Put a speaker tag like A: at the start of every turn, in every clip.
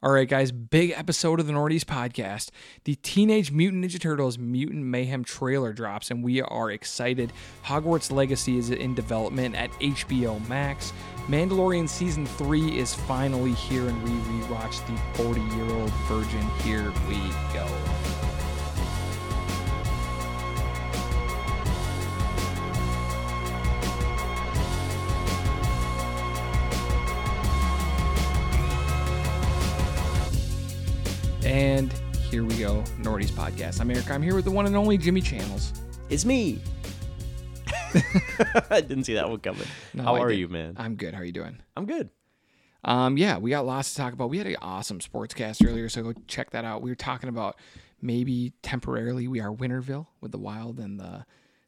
A: All right, guys, big episode of the Nordies podcast. The Teenage Mutant Ninja Turtles Mutant Mayhem trailer drops, and we are excited. Hogwarts Legacy is in development at HBO Max. Mandalorian Season 3 is finally here, and we rewatch The 40 Year Old Virgin. Here we go. And here we go, Nordy's podcast. I'm Eric. I'm here with the one and only Jimmy Channels.
B: It's me. I didn't see that one coming.
A: No,
B: How
A: I
B: are
A: didn't.
B: you, man?
A: I'm good. How are you doing?
B: I'm good.
A: Um, yeah, we got lots to talk about. We had an awesome sportscast earlier, so go check that out. We were talking about maybe temporarily we are Winterville with the Wild and the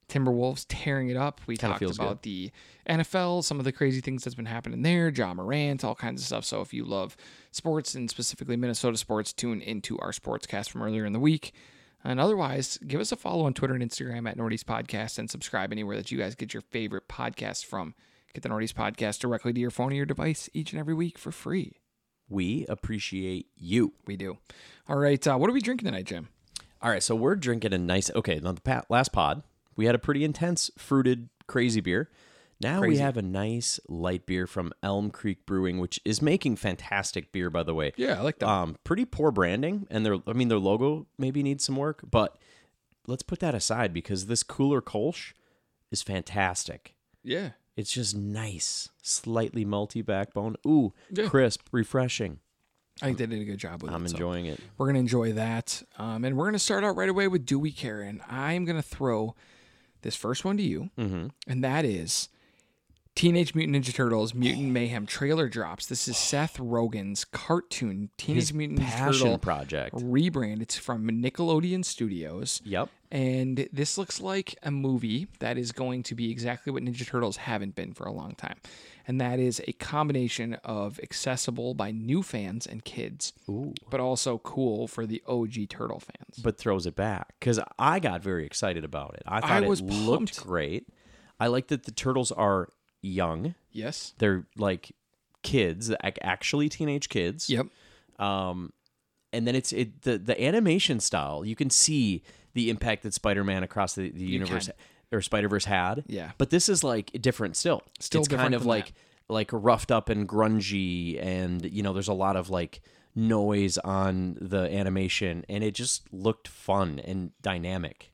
A: Timberwolves tearing it up. We talked
B: feels
A: about the NFL, some of the crazy things that's been happening there, John Morant, all kinds of stuff. So if you love sports and specifically Minnesota sports, tune into our sportscast from earlier in the week. And otherwise, give us a follow on Twitter and Instagram at Nordy's Podcast and subscribe anywhere that you guys get your favorite podcasts from. Get the Nordy's Podcast directly to your phone or your device each and every week for free.
B: We appreciate you.
A: We do. All right. Uh, what are we drinking tonight, Jim?
B: All right, so we're drinking a nice. Okay, now the pa- last pod we had a pretty intense fruited crazy beer. Now we
A: Crazy.
B: have a nice light beer from Elm Creek Brewing, which is making fantastic beer, by the way.
A: Yeah, I like that.
B: Um, pretty poor branding, and their I mean their logo maybe needs some work, but let's put that aside because this cooler Kolsch is fantastic.
A: yeah.
B: It's just nice, slightly malty backbone. Ooh,
A: Yeah.
B: crisp, refreshing.
A: I think they did a good job with
B: I'm
A: it. so
B: enjoying it.
A: we're going to enjoy that. Um, and we're going to start out right away with Do We Care? And I'm going to throw this first one to you. Mm-hmm. And that is Teenage Mutant Ninja Turtles Mutant Mayhem trailer drops. This is Seth Rogen's cartoon Teenage Mutant Ninja
B: Passion
A: Turtle
B: project.
A: rebrand. It's from Nickelodeon Studios.
B: Yep.
A: And this looks like a movie that is going to be exactly what Ninja Turtles haven't been for a long time. And that is a combination of accessible by new fans and kids, but also cool for the OG Turtle fans.
B: But throws it back because I got very excited about it. I thought
A: was
B: it looked
A: pumped.
B: great. I like that the turtles are young.
A: Yes?
B: They're like kids, ac- actually teenage kids.
A: Yep.
B: Um, and then it's it the the animation style. You can see the impact that Spider Man across the, the universe or Spider Verse had.
A: Yeah.
B: but this is like different still.
A: Still
B: it's kind
A: different
B: of
A: than
B: like like roughed up and grungy, and you know, there's a lot of like noise on the animation, and it just looked fun and dynamic.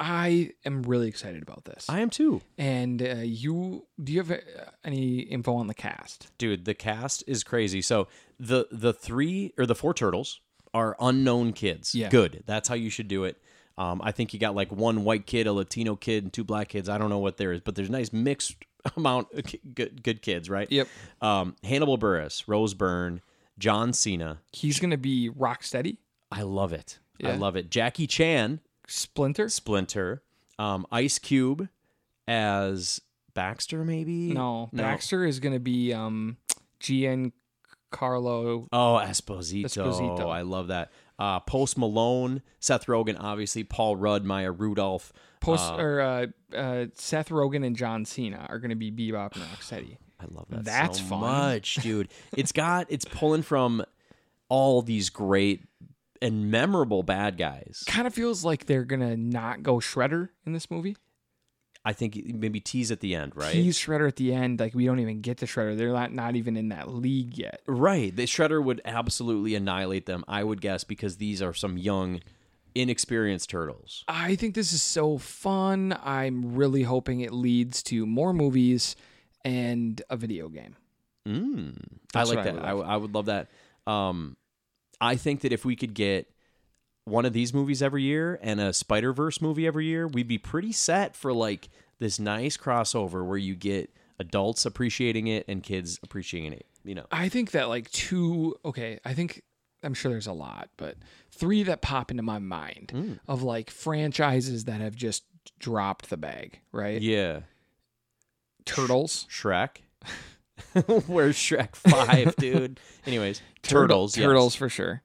A: I am really excited about this.
B: I am too,
A: and uh, you, do you have uh, any info on the cast?
B: dude. The cast is crazy. So the the three or the four turtles are unknown kids.
A: Yeah.
B: good. That's how you should do it. Um, I think you got like one white kid, a Latino kid, and two black kids. I don't know what there is, but there's a nice mixed amount of ki- good good kids, right?
A: Yep.
B: Um, Hannibal Burris, Rose Byrne, John Cena.
A: He's going to be Rocksteady,
B: I love it. I
A: Yeah.
B: love it. Jackie Chan,
A: Splinter.
B: Splinter, um, Ice Cube as Baxter, maybe?
A: No, Baxter is going to be um, Giancarlo
B: Oh, Esposito.
A: Esposito.
B: I love that. Uh, Post Malone, Seth Rogen, obviously, Paul Rudd, Maya Rudolph.
A: Post or uh, uh, Seth Rogen and John Cena are going to be Bebop and Rocksteady.
B: I love that
A: That's
B: so
A: fun.
B: much, dude. It's got it's pulling from all these great and memorable bad guys.
A: kind of feels like they're going to not go Shredder in this movie.
B: I think maybe tease at the end, right?
A: He's Shredder at the end. Like we don't even get to Shredder. They're not not even in that league yet.
B: Right. The Shredder would absolutely annihilate them, I would guess, because these are some young, inexperienced turtles.
A: I think this is so fun. I'm really hoping it leads to more movies and a video game.
B: Mm. I
A: That's
B: like
A: what I
B: that.
A: would
B: I, I would love that. Um, I think that if we could get one of these movies every year and a Spider Verse movie every year, we'd be pretty set for like this nice crossover where you get adults appreciating it and kids appreciating it. You know,
A: I think that like two okay, I think I'm sure there's a lot, but three that pop into my mind of like franchises that have just dropped the bag, right?
B: yeah.
A: Turtles.
B: Shrek. Where's Shrek Five, dude? Anyways, turtles. yes.
A: turtles for sure.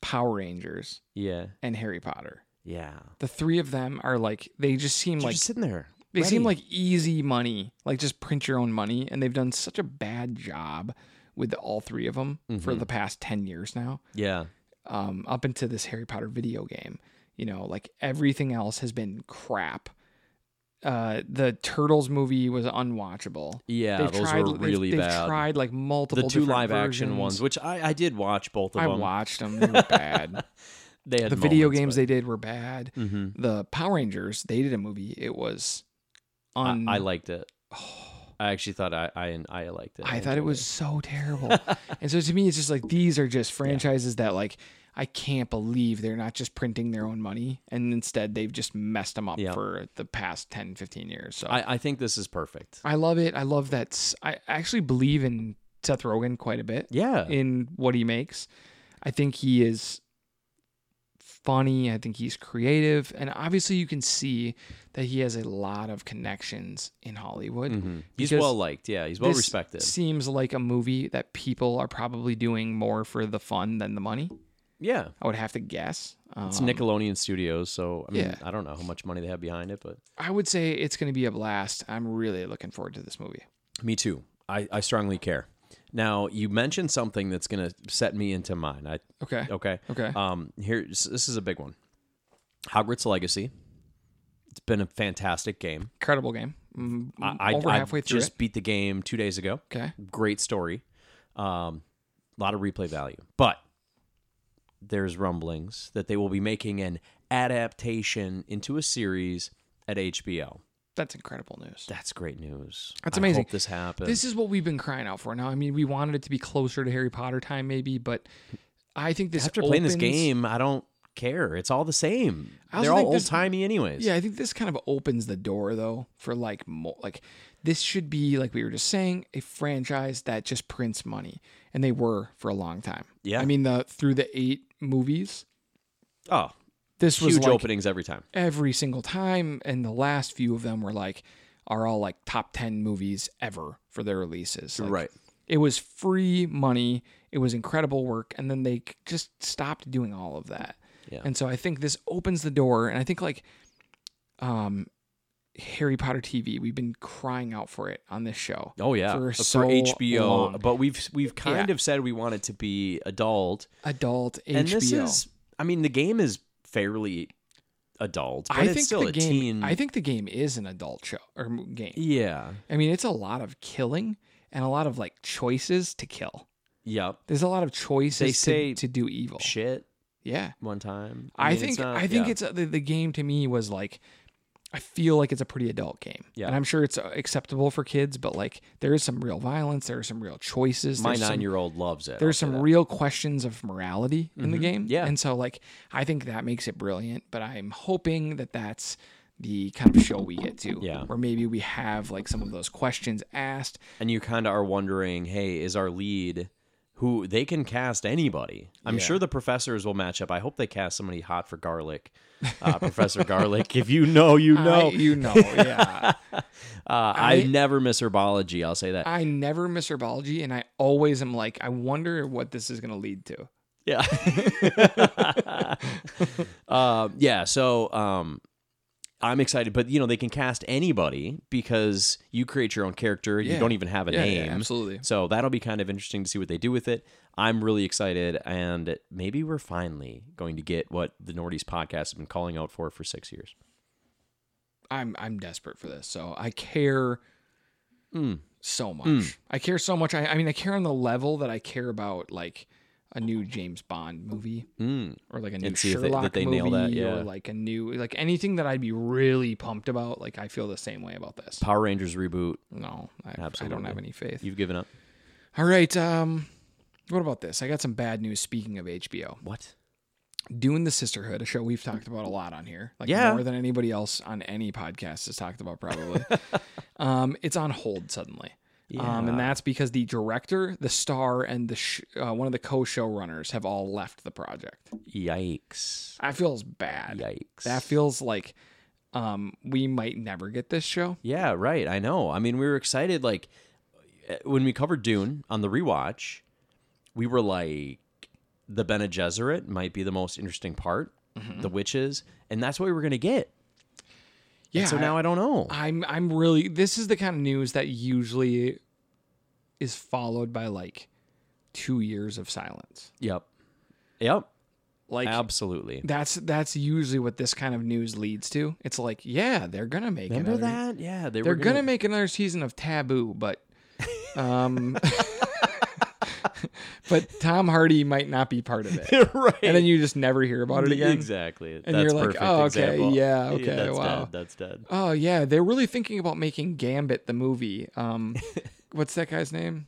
A: Power Rangers
B: Yeah.
A: and Harry Potter.
B: Yeah.
A: The three of them are like they just seem
B: They're
A: like
B: just sitting there.
A: they seem
B: ready.
A: like easy money, like just print your own money, and they've done such a bad job with all three of them
B: Mm-hmm.
A: for the past 10 years now
B: Yeah.
A: um, up into this Harry Potter video game. You know, like everything else has been crap. Uh, the Turtles movie was unwatchable.
B: Yeah,
A: They've
B: those
A: tried,
B: were really
A: they've,
B: bad.
A: They've tried like multiple
B: the two
A: different
B: live action
A: versions.
B: ones, which I, I did watch both of
A: I
B: them.
A: watched them. They were bad.
B: They had
A: the video
B: moments,
A: games
B: but-
A: they did were bad.
B: Mhm.
A: The Power Rangers they did a movie. It was on.
B: I, I liked it. I actually thought I I, I liked it.
A: I thought it
B: enjoyed
A: was so terrible. and so to me, it's just like these are just franchises that like I can't believe they're not just printing their own money and instead they've just messed them up
B: Yeah.
A: for the past 10, 15 years. So I,
B: I, I think this is perfect.
A: love it. I love that. s- I actually believe in Seth Rogen quite a bit
B: Yeah.
A: in what he makes. I think he is funny. I think he's creative. And obviously, you can see that he has a lot of connections in Hollywood.
B: Mhm. He's
A: because
B: well liked. Yeah, he's well
A: this
B: respected.
A: Seems like a movie that people are probably doing more for the fun than the money.
B: Yeah.
A: I would have to guess. Um,
B: It's Nickelodeon Studios, so I mean,
A: yeah.
B: I don't know how much money they have behind it, but
A: I would say it's going to be a blast. I'm really looking forward to this movie.
B: me too. I, I strongly care. Now, you mentioned something that's going to set me into mine. I
A: Okay.
B: okay.
A: Okay.
B: Um here this is a big one. Hogwarts Legacy. It's been a fantastic game.
A: Incredible game. Mm,
B: I, I,
A: Over
B: I
A: halfway through
B: just beat the game 2 days ago.
A: it. Okay.
B: Great story. Um a lot of replay value. But there's rumblings that they will be making an adaptation into a series at HBO.
A: That's incredible news.
B: That's great news.
A: That's
B: I
A: amazing.
B: hope this happens.
A: This is what we've been crying out for. Now, I mean, we wanted it to be closer to Harry Potter time, maybe, but I think this
B: After playing this
A: opens-
B: game, I don't care. It's all the same.
A: I also
B: They're all
A: think
B: old
A: this-
B: timey, anyways.
A: Yeah, I think this kind of opens the door though for like more like this should be like we were just saying a franchise that just prints money and they were for a long time.
B: Yeah.
A: I mean the through the 8 movies
B: Oh,
A: this was
B: huge
A: like
B: openings every time.
A: every single time and the last few of them were like are all like top 10 movies ever for their releases. Like,
B: right.
A: It was free money. It was incredible work and then they c- just stopped doing all of that.
B: Yeah.
A: And so I think this opens the door and I think like um Harry Potter TV, we've been crying out for it on this show.
B: Oh yeah.
A: For
B: For,
A: so
B: HBO,
A: long.
B: but we've we've kind
A: Yeah.
B: of said we want it to be adult,
A: Adult HBO.
B: and this is. I mean, the game is fairly adult, but
A: I
B: it's
A: think
B: still
A: the
B: a
A: game
B: teen.
A: I think the game is an adult show or m- game.
B: yeah.
A: I mean, it's a lot of killing and a lot of like choices to kill.
B: Yep.
A: There's a lot of choices
B: They
A: to-
B: say
A: to, do evil.
B: Shit.
A: Yeah.
B: One time.
A: I,
B: mean, it's
A: think
B: not-
A: I think
B: yeah.
A: it's uh, the, the game to me was like I feel like it's a pretty adult game.
B: Yeah.
A: And I'm sure it's uh, acceptable for kids, but like there is some real violence, there are some real choices.
B: my
A: there's some-
B: nine-year-old loves it.
A: there's
B: I'll
A: some
B: say that. Mm-hmm.
A: real questions of morality in the game.
B: Yeah.
A: And so like I think that makes it brilliant, but I'm hoping that that's the kind of show we get to.
B: Yeah.
A: Where maybe we have like some of those questions asked.
B: and you kind of are wondering, hey, is our lead who they can cast anybody? I'm sure the professors will match up. I hope they cast somebody hot for garlic, uh, Professor Garlic. If you know, you
A: I-
B: know.
A: you know, yeah.
B: uh, I,
A: I-
B: never miss herbology. I'll say that.
A: I never miss herbology and I always am like, I wonder what this is gonna lead to.
B: yeah. uh, yeah. So um, I'm excited, but you know they can cast anybody because you create your own character.
A: Yeah.
B: You don't even have a
A: Yeah, yeah,
B: name.
A: absolutely.
B: So that'll be kind of interesting to see what they do with it. I'm really excited, and maybe we're finally going to get what the Nordies podcast has been calling out for for six years.
A: I'm I'm desperate for this. So I care
B: Hmm.
A: so much. I care so much. I, I mean I care on the level that I care about like a new James Bond movie
B: Mm.
A: or like a new
B: And see if they-
A: Sherlock
B: that they
A: movie
B: nail that, yeah.
A: or like a new like anything that I'd be really pumped about. Like I feel the same way about this.
B: Power Rangers reboot.
A: No, I, I don't
B: Absolutely.
A: have any faith.
B: You've given up.
A: All right. Um, what about this? I got some bad news. Speaking of HBO,
B: What?
A: Dune the Sisterhood, a show we've talked about a lot on here, like
B: Yeah.
A: more than anybody else on any podcast has talked about probably. um, it's on hold suddenly. Um, and that's because the director, the star, and the sh- uh, one of the co-showrunners have all left the project.
B: Yikes!
A: That feels bad.
B: Yikes!
A: That feels like um, we might never get this show.
B: Yeah, right. I know. I mean, we were excited. Like eh, when we covered Dune on the rewatch, we were like, the Bene Gesserit might be the most interesting part,
A: Mm-hmm.
B: the witches, and that's what we were gonna get.
A: Yeah.
B: so now I don't know.
A: I'm I'm really this is the kind of news that usually is followed by like two years of silence.
B: Yep. Yep.
A: Like
B: Absolutely.
A: that's that's usually what this kind of news leads to. It's like, yeah, they're gonna make
B: Remember
A: another,
B: that? Yeah. They
A: They're
B: were gonna,
A: gonna make another season of Taboo, but um, but Tom Hardy might not be part of it.
B: right.
A: and then you just never hear about it again.
B: Exactly.
A: And
B: That's
A: you're like,
B: perfect
A: "Oh, okay,
B: example.
A: yeah, okay,
B: that's
A: wow."
B: Dead. That's dead.
A: Oh yeah, they're really thinking about making Gambit the movie. Um, what's that guy's name?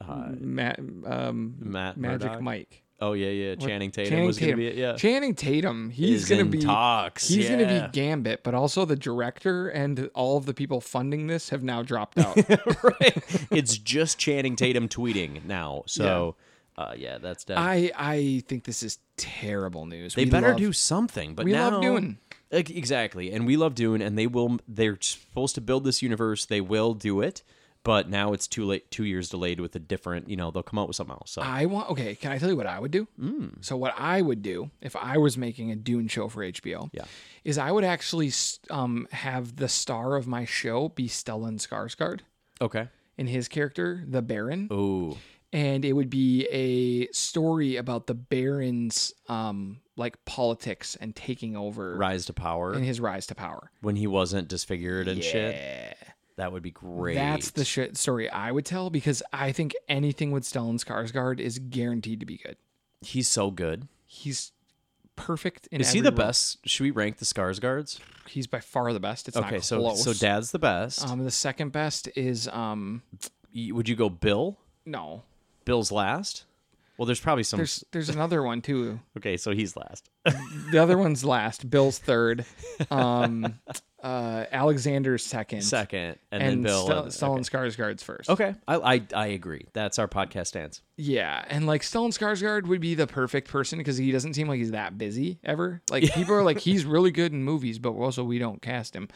B: Uh,
A: Ma- um,
B: Matt
A: Magic
B: Murdock.
A: Mike.
B: Oh yeah, yeah. Channing Tatum
A: Channing
B: was
A: Tatum.
B: gonna be it. Yeah.
A: Channing Tatum. He's
B: Is
A: gonna
B: in
A: be
B: talks.
A: he's
B: yeah.
A: gonna be Gambit, but also the director and all of the people funding this have now dropped out.
B: right. It's just Channing Tatum tweeting now. So, uh, yeah, that's dead.
A: I I think this is terrible news.
B: they
A: We
B: better
A: love-
B: do something. But
A: we
B: now,
A: love Dune.
B: Ex- exactly, and we love Dune, and they will. They're supposed to build this universe. They will do it, but now it's too late. Two years delayed with a different. You know, they'll come out with something else. So
A: I want okay. Can I tell you what I would do?
B: Mm.
A: So what I would do if I was making a Dune show for HBO,
B: Yeah.
A: is I would actually s- um have the star of my show be Stellan Skarsgård
B: okay.
A: in his character, the Baron,
B: Oh,
A: and it would be a story about the Baron's um like politics and taking over
B: rise to power
A: and his rise to power.
B: when he wasn't disfigured and shit.
A: Yeah.
B: That would be great.
A: That's the shit story I would tell because I think anything with Stellan Skarsgård is guaranteed to be good.
B: He's so good.
A: He's perfect in
B: Is he
A: every
B: the
A: role.
B: best? Should we rank the Scars guards?
A: He's by far the best. It's
B: Okay,
A: not
B: so
A: close.
B: so Dad's the best.
A: um, the second best is um,
B: Y- Would you go Bill?
A: no.
B: Bill's last. Well, there's probably some.
A: There's there's another one too.
B: Okay, so he's last.
A: The other one's last. Bill's third. Um, uh, Alexander's second.
B: Second, and,
A: And,
B: then Bill.
A: Stel-
B: and-
A: Stellan Skarsgård's first.
B: okay, I, I I agree. That's our podcast stance.
A: Yeah, and like Stellan Skarsgård would be the perfect person because he doesn't seem like he's that busy ever. Like people are like he's really good in movies, but also we don't cast him,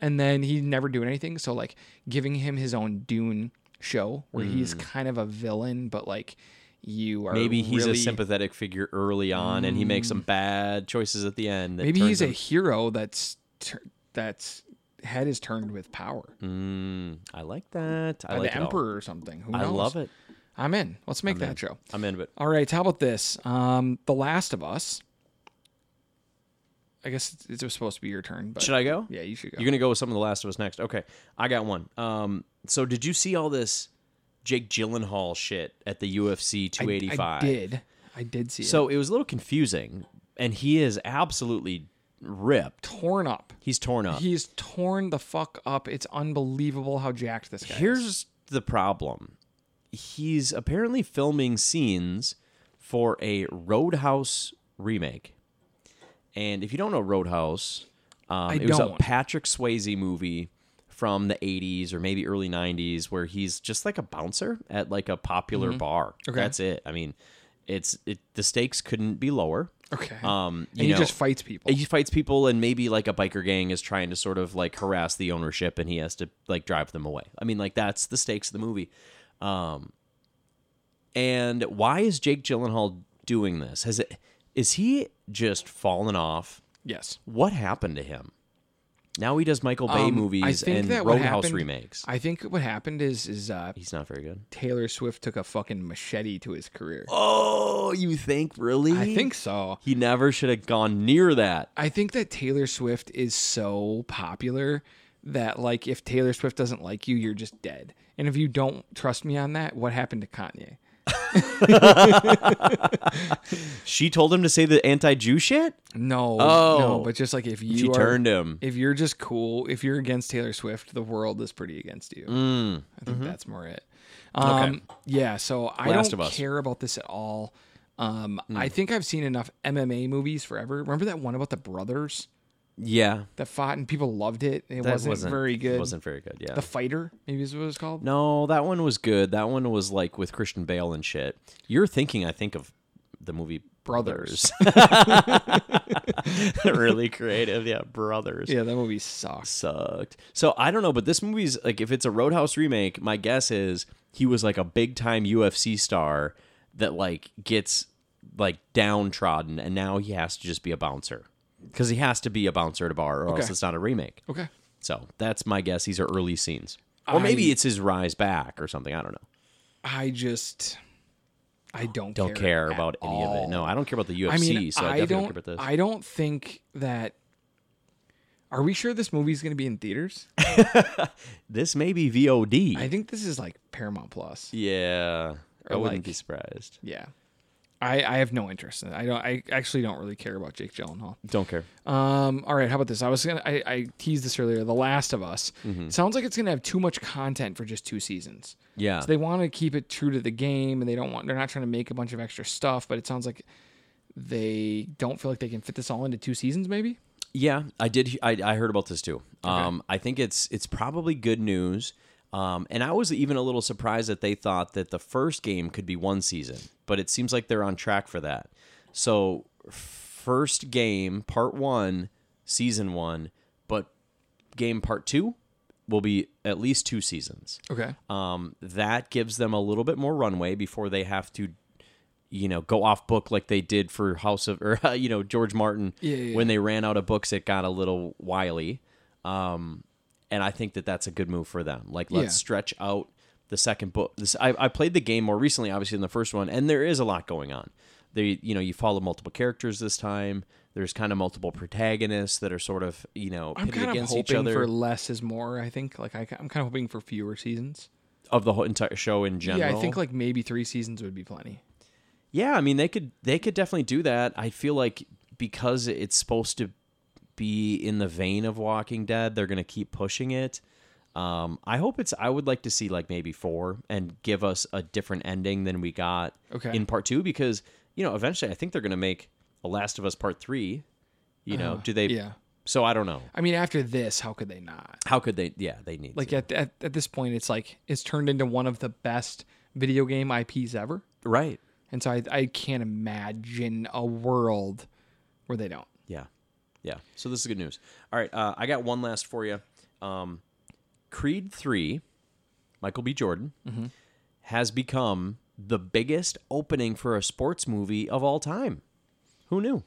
A: and then he's never doing anything. So like giving him his own Dune show where he's kind of a villain, but like you are
B: Mm. Maybe he's
A: really, Mm.
B: a sympathetic figure early on, and he makes some bad choices at the end. that
A: maybe
B: turns
A: he's a
B: him-
A: hero that's tur that's head is turned with power,
B: Mm, I like that. I
A: by
B: like
A: the
B: it all.
A: emperor or something. Who
B: I
A: knows?
B: love it.
A: I'm in. Let's make that show.
B: I'm into it.
A: All right, how about this? Um, the Last of Us. I guess it was supposed to be your turn, but
B: Should I go?
A: yeah, you should go.
B: You're gonna go with some of the Last of Us next. Okay, I got one. Um, so did you see all this Jake Gyllenhaal shit at the UFC
A: I-
B: 285?
A: I, did. I did see it.
B: So it was a little confusing, and he is absolutely ripped.
A: Torn up.
B: He's torn up.
A: He's torn the fuck up. It's unbelievable how jacked this guy is.
B: Here's the problem. He's apparently filming scenes for a Roadhouse remake. And if you don't know Roadhouse, um,
A: I
B: it was a
A: don't.
B: Patrick Swayze movie from the 80s or maybe early 90s where he's just like a bouncer at like a popular bar.
A: Mm-hmm. Okay.
B: That's it. I mean, it's it, the stakes couldn't be lower.
A: Okay.
B: Um, you
A: and he
B: know,
A: just fights people.
B: he fights people and maybe like a biker gang is trying to sort of like harass the ownership and he has to like drive them away i mean like that's the stakes of the movie um and why is jake gyllenhaal doing this has it is he just fallen off
A: yes.
B: what happened to him now he does michael bay
A: Um, I
B: movies
A: think
B: and
A: that what
B: roadhouse
A: happened-
B: remakes
A: I think what happened is is uh,
B: he's not very good
A: Taylor Swift took a fucking machete to his career.
B: oh you think really
A: I think so.
B: he never should have gone near that
A: I think that Taylor Swift is so popular that like if Taylor Swift doesn't like you, you're just dead. And if you don't trust me on that, what happened to Kanye?
B: she told him to say the anti-jew shit
A: No,
B: Oh.
A: no, but just like if you
B: she
A: are,
B: turned him
A: if you're just cool, if you're against Taylor Swift, the world is pretty against you.
B: Mm,
A: I think that's more it. Um, Yeah, so I
B: mm-hmm. Last of
A: don't
B: Us. Hmm.
A: care about this at all. Um, I think I've seen enough MMA movies forever. Remember that one about the brothers
B: yeah
A: that fought and people loved it? It
B: That
A: wasn't, very good.
B: Wasn't very good. Yeah.
A: The Fighter, maybe is what it's called.
B: no, that one was good. That one was like with Christian Bale and shit. You're thinking, I think of the movie
A: Brothers.
B: Brothers. really creative, yeah. Brothers
A: Yeah, that movie sucks.
B: sucked. So I don't know, but this movie's like if it's a Roadhouse remake, my guess is he was like a big time UFC star that like gets like downtrodden, and now he has to just be a bouncer because he has to be a bouncer at a bar, or else
A: Okay.
B: it's not a remake.
A: Okay.
B: So that's my guess. These are early scenes. Or maybe it's his rise back or something. I don't know.
A: I just I don't
B: Don't care,
A: at
B: about any of it.
A: all.
B: No, I don't care about the UFC.
A: I mean,
B: so I,
A: I
B: definitely
A: don't.
B: don't, care about this.
A: I don't think that. Are we sure this movie's going to be in theaters?
B: this may be VOD.
A: I think this is like Paramount Plus.
B: yeah, I wouldn't
A: like-
B: be surprised.
A: Yeah. I, I have no interest in it. I don't. I actually don't really care about Jake Gyllenhaal.
B: Don't care.
A: Um, all right, how about this? I was gonna I, I teased this earlier. The Last of Us
B: Mm-hmm.
A: sounds like it's gonna have too much content for just two seasons.
B: Yeah.
A: So they want to keep it true to the game, and they don't want they're not trying to make a bunch of extra stuff. But it sounds like they don't feel like they can fit this all into two seasons. Maybe
B: Yeah, I did. he- I, I heard about this too. Um, I think it's it's probably good news. Um, and I was even a little surprised that they thought that the first game could be one season, but it seems like they're on track for that. So, first game, part one, season one, but game part two will be at least two seasons.
A: okay.
B: Um, that gives them a little bit more runway before they have to, you know, go off book like they did for House of or you know George Martin
A: Yeah, yeah,
B: when they ran out of books. It got a little wily, um, and I think that that's a good move for them. Like let's
A: Yeah.
B: stretch out the second book. This I, I played the game more recently, obviously in the first one, and there is a lot going on. They you know you follow multiple characters this time. There's kind of multiple protagonists that are sort of you know
A: I'm
B: pitted
A: kind of
B: against each
A: hoping
B: other
A: for less is more. I think like I, I'm kind of hoping for fewer seasons.
B: of the whole entire show in general.
A: Yeah, I think like maybe three seasons would be plenty.
B: Yeah, I mean they could they could definitely do that. I feel like because it's supposed to be in the vein of Walking Dead, they're gonna keep pushing it. Um, I hope it's. I would like to see like maybe four and give us a different ending than we got
A: Okay.
B: in part two because you know eventually I think they're gonna make a Last of Us part three. You know, do they?
A: Ah, Yeah.
B: So I don't know.
A: I mean, after this, how could they not?
B: How could they? Yeah, they need
A: like
B: to.
A: at, at at this point it's like it's turned into one of the best video game IPs ever
B: right.
A: and so I, I can't imagine a world where they don't
B: Yeah. Yeah. So this is good news. All right. Uh, I got one last for you. Um, Creed 3, Michael B. Jordan, has become the biggest opening for a sports movie of all time. Who knew?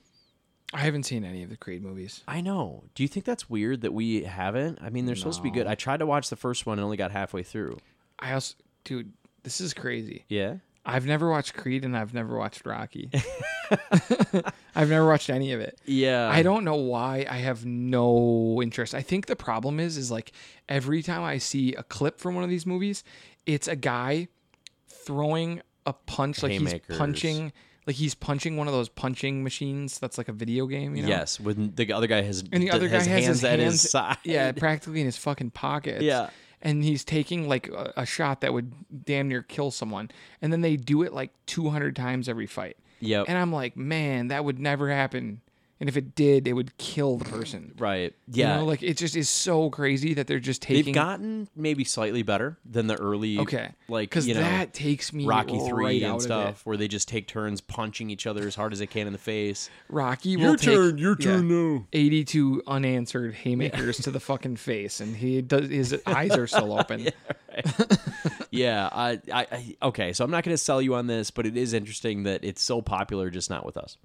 A: I haven't seen any of the Creed movies
B: I know. Do you think that's weird that we haven't? I mean, they're supposed to be good. I tried to watch the first one and only got halfway through.
A: I also dude this is crazy
B: Yeah.
A: I've never watched Creed and I've never watched Rocky I've never watched any of it
B: Yeah.
A: I don't know why I have no interest. I think the problem is is like every time I see a clip from one of these movies, it's a guy throwing a punch like
B: Haymakers.
A: he's punching like he's punching one of those punching machines that's like a video game, you know?
B: Yes, when the other guy has
A: And the other guy has
B: hands
A: his
B: at
A: hands
B: his side.
A: Yeah, practically in his fucking pockets.
B: Yeah.
A: And he's taking like a, a shot that would damn near kill someone. And then they do it like 200 times every fight.
B: Yep.
A: And I'm like, man, that would never happen. And if it did, it would kill the person.
B: right.
A: You
B: Yeah.
A: know, like it just is so crazy that they're just
B: They've
A: taking
B: gotten maybe slightly better than the early,
A: okay,
B: like
A: because
B: you know,
A: that takes me
B: Rocky three
A: right out
B: and
A: of
B: stuff, where they just take turns punching each other as hard as they can in the face.
A: It. Rocky, will take, yeah,
B: now.
A: Eighty-two unanswered haymakers to the fucking face, and he does. His eyes are still open.
B: Yeah, I, I, I, okay. So I'm not going to sell you on this, but it is interesting that it's so popular, just not with us.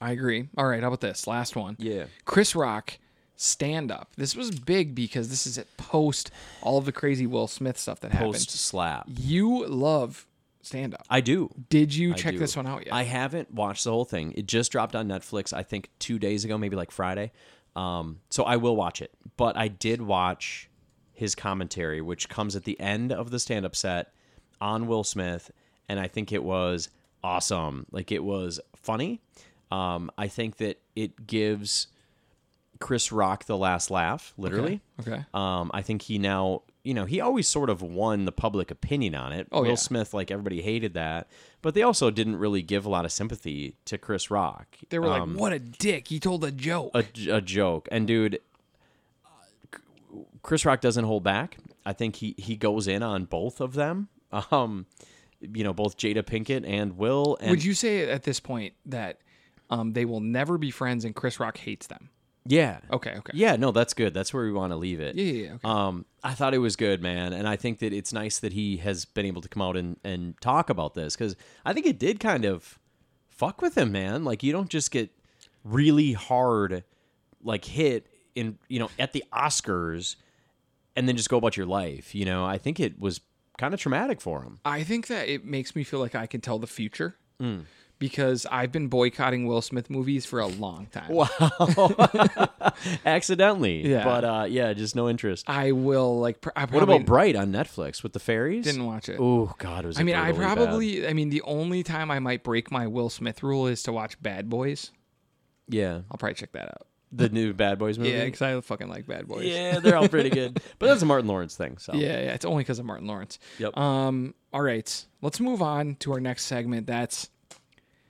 A: I agree. All right, how about this last one?
B: Yeah.
A: Chris Rock stand up. This was big because this is at post all of the crazy Will Smith stuff that
B: Post
A: happened.
B: slap,
A: You love stand up.
B: I do.
A: Did you check
B: do.
A: this one out yet?
B: I haven't watched the whole thing. It just dropped on Netflix, I think two days ago, maybe like Friday. Um, so I will watch it. But I did watch his commentary, which comes at the end of the stand up set on Will Smith. And I think it was awesome. Like it was funny. Um, I think that it gives Chris Rock the last laugh, literally.
A: okay.
B: Um, I think he now, you know, he always sort of won the public opinion on it. Will
A: Oh, yeah.
B: Smith, like everybody hated that, but they also didn't really give a lot of sympathy to Chris Rock.
A: They were
B: Um,
A: like, "What a dick! He told a joke."
B: a, a joke, and dude, Chris Rock doesn't hold back. I think he he goes in on both of them. Um, you know, both Jada Pinkett and Will. And
A: Would you say at this point that um, they will never be friends and Chris Rock hates them?
B: yeah,
A: Okay, okay.
B: yeah, no, that's good. That's where we want to leave it.
A: Yeah, yeah, yeah, okay.
B: Um, I thought it was good, man, and I think that it's nice that he has been able to come out and and talk about this because I think it did kind of fuck with him, man. Like you don't just get really hard like hit in you know at the Oscars and then just go about your life. You know, I think it was kind of traumatic for him.
A: I think that it makes me feel like I can tell the future
B: Hmm.
A: because I've been boycotting Will Smith movies for a long time.
B: Accidentally.
A: Yeah.
B: But uh, yeah, just no interest.
A: I will like. Pr- I
B: What
A: probably
B: about Bright on Netflix with the fairies?
A: didn't watch it.
B: Oh God, it was.
A: I mean, I
B: brutally bad.
A: probably. I mean, the only time I might break my Will Smith rule is to watch Bad Boys.
B: yeah
A: I'll probably check that out.
B: the new Bad Boys movie.
A: Yeah, because I fucking like Bad Boys.
B: Yeah, they're all pretty good. But that's a Martin Lawrence thing. So
A: Yeah, yeah, it's only because of Martin Lawrence.
B: Yep.
A: Um, all right, let's move on to our next segment. That's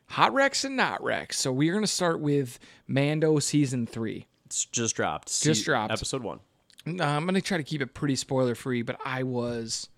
A: hot wrecks and not wrecks. So we're gonna start with Mando season three.
B: it's just dropped.
A: Just
B: See-
A: dropped.
B: Episode one.
A: Uh, I'm gonna try to keep it pretty spoiler free, but I was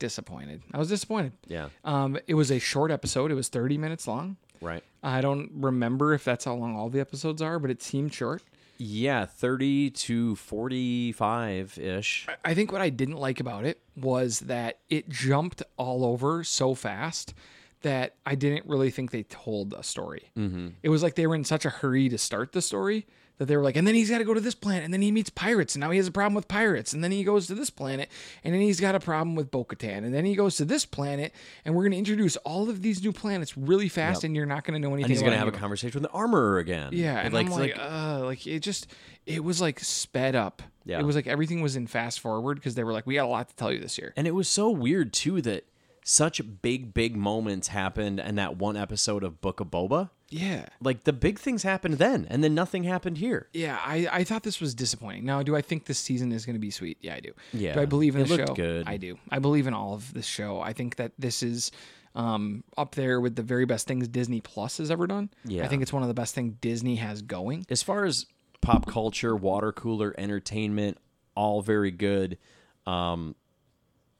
A: disappointed. I was disappointed.
B: Yeah.
A: Um, it was a short episode. It was 30 minutes long.
B: Right.
A: I don't remember if that's how long all the episodes are, but it seemed short.
B: Yeah, thirty to forty-five ish.
A: I think what I didn't like about it was that it jumped all over so fast that I didn't really think they told a story.
B: Mm-hmm.
A: It was like they were in such a hurry to start the story that they were like, and then he's got to go to this planet, and then he meets pirates, and now he has a problem with pirates, and then he goes to this planet, and then he's got a problem with Bo Katan, and then he goes to this planet, and we're going to introduce all of these new planets really fast, and you're not going to know anything.
B: And he's
A: about
B: gonna have
A: any
B: a
A: of them.
B: conversation with the armorer again.
A: Yeah,
B: But
A: and I'm
B: like, it's
A: like,
B: like-
A: uh, like it just, it was like sped up.
B: Yeah.
A: It was like everything was in fast forward because they were like, we got a lot to tell you this year.
B: and it was so weird too that such big, big moments happened in that one episode of Book of Boba.
A: Yeah.
B: Like the big things happened then, and then nothing happened here.
A: Yeah, I, I thought this was disappointing. Now, do I think this season is going to be sweet? Yeah, I do.
B: Yeah.
A: Do I believe in
B: It
A: the
B: looked
A: show?
B: good.
A: I do. I believe in all of this show. I think that this is um, up there with the very best things Disney Plus has ever done.
B: Yeah.
A: I think it's one of the best things Disney has going.
B: as far as pop culture, water cooler entertainment, all very good. Um,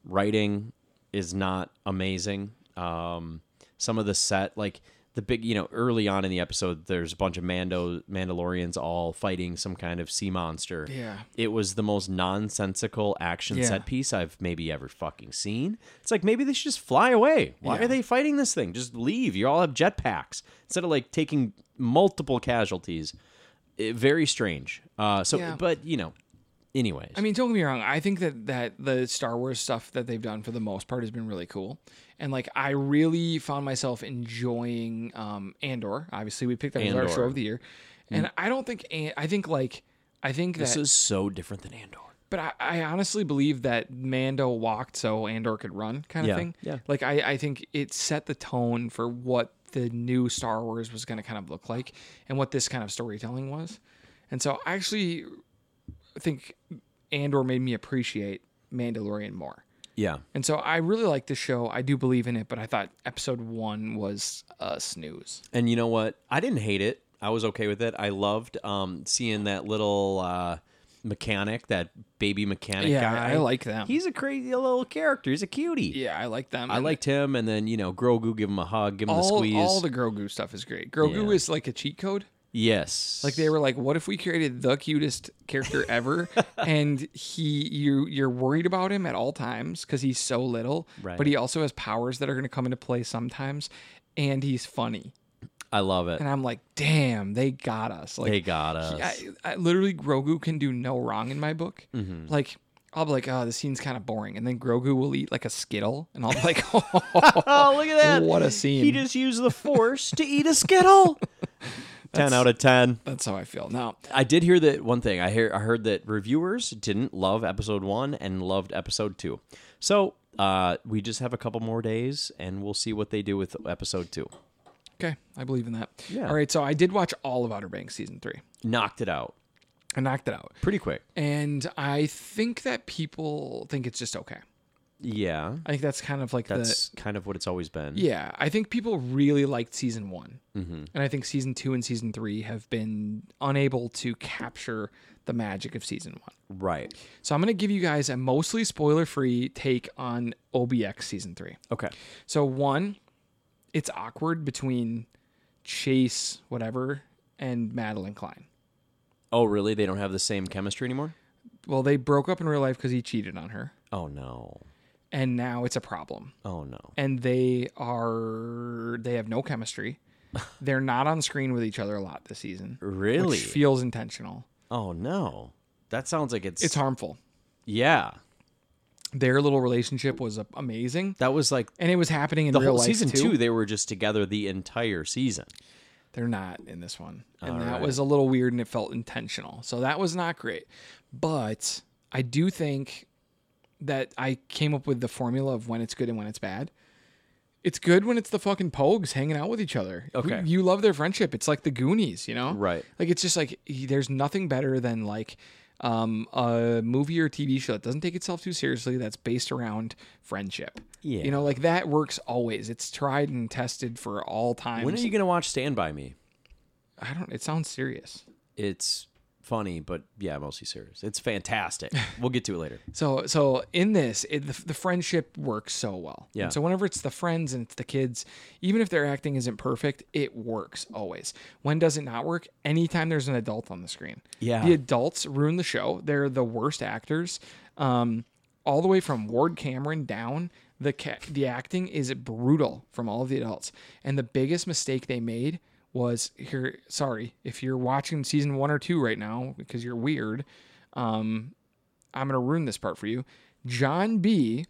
B: writing is not amazing. Um, some of the set, like the big, you know, early on in the episode, there's a bunch of Mando Mandalorians all fighting some kind of sea monster.
A: Yeah.
B: it was the most nonsensical action
A: Yeah.
B: set piece I've maybe ever fucking seen. It's like maybe they should just fly away. Why
A: Yeah.
B: are they fighting this thing? Just leave. You all have jetpacks instead of like taking multiple casualties. Eh, very strange. Uh, so,
A: Yeah.
B: but you know, anyways,
A: I mean, don't get me wrong. I think that that the Star Wars stuff that they've done for the most part has been really cool, and like I really found myself enjoying um Andor. Obviously, we picked that as our
B: Andor. Mm.
A: show of the year, and I don't think An- I think like I think that,
B: this is so different than Andor.
A: but I, I honestly believe that Mando walked so Andor could run, kind of
B: Yeah,
A: thing.
B: yeah.
A: Like I I think it set the tone for what the new Star Wars was going to kind of look like, and what this kind of storytelling was, and so I actually think Andor made me appreciate Mandalorian more.
B: Yeah,
A: And so I really like the show. I do believe in it, but I thought episode one was a snooze.
B: and you know what? I didn't hate it. I was okay with it. I loved um, seeing that little uh, mechanic, that baby mechanic
A: Yeah,
B: guy.
A: I like them.
B: He's a crazy little character. He's a cutie.
A: yeah, I like them.
B: I liked him, and then you know Grogu, give him a hug, give him the
A: all,
B: squeeze.
A: all the Grogu stuff is great. Grogu
B: Yeah.
A: is like a cheat code.
B: yes,
A: Like they were like, what if we created the cutest character ever, and he you you're worried about him at all times because he's so little,
B: Right.
A: but he also has powers that are going to come into play sometimes, and he's funny.
B: I love it.
A: And I'm like, damn, they got us. Like
B: they got us.
A: I, I literally Grogu can do no wrong in my book.
B: Mm-hmm.
A: Like I'll be like, oh, this scene's kind of boring, and then Grogu will eat like a skittle, and I'll be like, oh,
B: oh, look at that!
A: what a scene!
B: He just used the force to eat a skittle. ten out of ten.
A: That's how I feel now.
B: I did hear that one thing. I hear I heard that reviewers didn't love episode one and loved episode two. So uh, we just have a couple more days, and we'll see what they do with episode two.
A: Okay, I believe in that.
B: Yeah.
A: All right, so I did watch all of Outer Banks season three.
B: Knocked it out
A: I knocked it out,
B: pretty quick.
A: and I think that people think it's just okay.
B: Yeah,
A: I think that's kind of like the
B: that's kind of what it's always been.
A: Yeah, I think people really liked season one, and I think season two and season three have been unable to capture the magic of season one.
B: Right.
A: So I'm going to give you guys a mostly spoiler-free take on OBX season 3.
B: Okay.
A: So one, it's awkward between Chase whatever and Madeline Klein.
B: Oh, really? They don't have the same chemistry anymore?
A: Well, they broke up in real life cuz he cheated on her,
B: Oh no.
A: and now it's a problem.
B: Oh no.
A: And they are they have no chemistry. They're not on screen with each other a lot this season.
B: Really?
A: Which feels intentional.
B: oh no. That sounds like it's
A: It's harmful.
B: yeah.
A: Their little relationship was uh, amazing,
B: That was like
A: and it was happening in
B: the
A: real
B: whole
A: life
B: season
A: too.
B: two. They were just together the entire season.
A: They're not in this one, and that was a little weird, and it felt intentional. So that was not great, but I do think that I came up with the formula of when it's good and when it's bad. It's good when it's the fucking pogues hanging out with each other.
B: Okay.
A: You love their friendship. It's like the Goonies, you know?
B: Right.
A: Like it's just like y- there's nothing better than like um, a movie or TV show that doesn't take itself too seriously that's based around friendship.
B: Yeah.
A: You know, like that works always. It's tried and tested for all time.
B: When are you gonna watch Stand by Me?
A: I don't it sounds serious.
B: It's funny, but yeah, mostly serious. It's fantastic. we'll get to it later.
A: So so in this, it, the, the friendship works so well.
B: Yeah.
A: And so whenever it's the friends and it's the kids, even if their acting isn't perfect, it works always. When does it not work? Anytime there's an adult on the screen.
B: Yeah.
A: The adults ruin the show. They're the worst actors. Um, all the way from Ward Cameron down, the ca- the acting is brutal from all of the adults. And the biggest mistake they made was here. Sorry, if you're watching season one or two right now because you're weird, um, I'm gonna ruin this part for you. John B,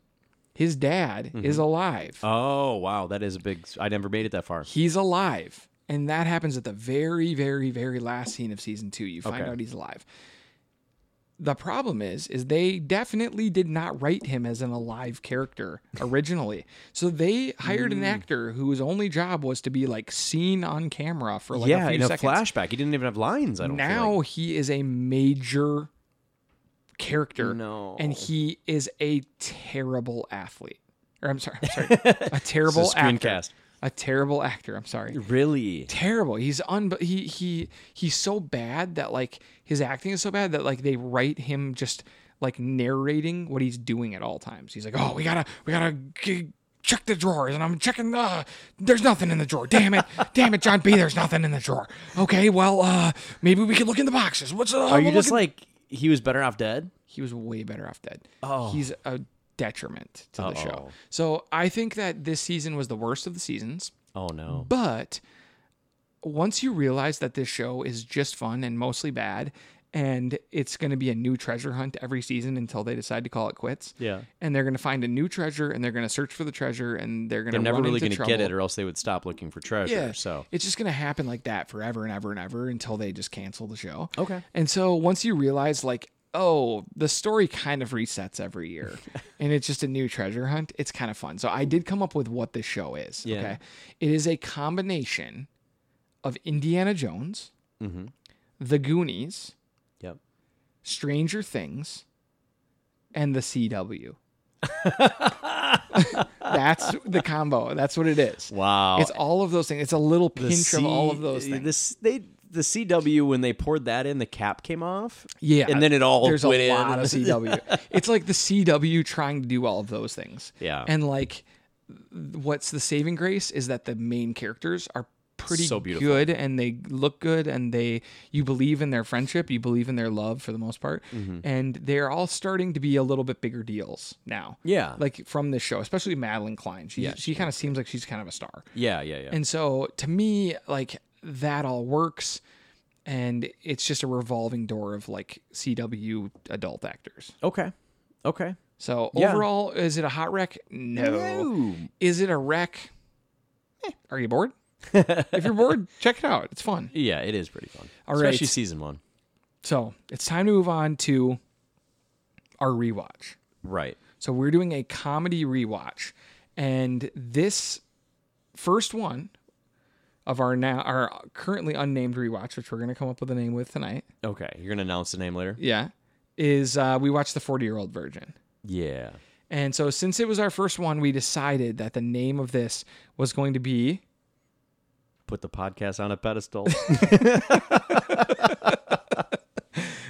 A: his dad, is alive.
B: Mm-hmm. Oh wow, that is a big. I never made it that far.
A: He's alive. And that happens at the very, very, very last scene of season two. You find
B: Okay.
A: out he's alive. The problem is, is they definitely did not write him as an alive character originally. so they hired
B: Mm.
A: an actor whose only job was to be like seen on camera for like
B: yeah,
A: a few
B: in a
A: seconds.
B: flashback, he didn't even have lines. I don't feel
A: now
B: like.
A: he is a major character.
B: No.
A: And he is a terrible athlete. Or I'm sorry, I'm sorry. a terrible
B: screencast.
A: actor. A terrible actor. I'm sorry
B: Really?
A: terrible. He's un he he he's so bad that like his acting is so bad that like they write him just like narrating what he's doing at all times. He's like, "Oh, we got to we got to g- check the drawers." And I'm checking uh there's nothing in the drawer. Damn it. Damn it, John B, there's nothing in the drawer. Okay, well, uh maybe we can look in the boxes. What's uh,
B: Are you
A: we'll
B: just
A: look in-"
B: like he was better off dead?
A: He was way better off dead.
B: Oh.
A: He's a detriment to the show.
B: Uh-oh.
A: So, I think that this season was the worst of the seasons.
B: Oh no.
A: But once you realize that this show is just fun and mostly bad, and it's going to be a new treasure hunt every season until they decide to call it quits.
B: Yeah.
A: And they're going to find a new treasure, and they're going to search for the treasure, and they're going to
B: They're never
A: run
B: really
A: going
B: going
A: to
B: to get it, or else they would stop looking for treasure.
A: yeah.
B: So
A: it's just going to happen like that forever and ever and ever until they just cancel the show.
B: Okay.
A: And so once you realize, like, oh, the story kind of resets every year and it's just a new treasure hunt, it's kind of fun. So I did come up with what this show is.
B: Yeah.
A: Okay. It is a combination of Indiana Jones,
B: Mhm.
A: The Goonies,
B: yep.
A: Stranger Things, and The CW. That's the combo. That's what it is.
B: Wow.
A: It's all of those things. It's a little
B: Oh, The
A: pinch of all of
B: C-
A: those things.
B: This they the CW when they poured that in, the cap came off.
A: Yeah,
B: and then it all
A: there's
B: went
A: a
B: in.
A: lot of CW. it's like the CW trying to do all of those things.
B: Yeah.
A: and like, what's the saving grace is that the main characters are pretty
B: So beautiful.
A: good and they look good and they you believe in their friendship, you believe in their love for the most part,
B: Mm-hmm.
A: and they're all starting to be a little bit bigger deals now.
B: Yeah.
A: like from this show, especially Madeline Klein. She she kind of seems like she's kind of a star.
B: yeah, yeah, yeah.
A: And so to me, like that all works. And it's just a revolving door of like CW adult actors.
B: okay. Okay.
A: So
B: Yeah.
A: overall, is it a hot wreck? No. Is it a wreck? Eh, Are you bored? if you're bored, check it out. It's fun.
B: Yeah, it is pretty fun.
A: All right.
B: Especially season one.
A: So it's time to move on to our rewatch.
B: Right.
A: So we're doing a comedy rewatch, and this first one of our now our currently unnamed rewatch, which we're gonna come up with a name with tonight.
B: Okay. You're gonna announce the name later.
A: Yeah, is uh, we watched the Forty Year Old Virgin,
B: Yeah.
A: and so since it was our first one, we decided that the name of this was going to be
B: Put the podcast on a pedestal.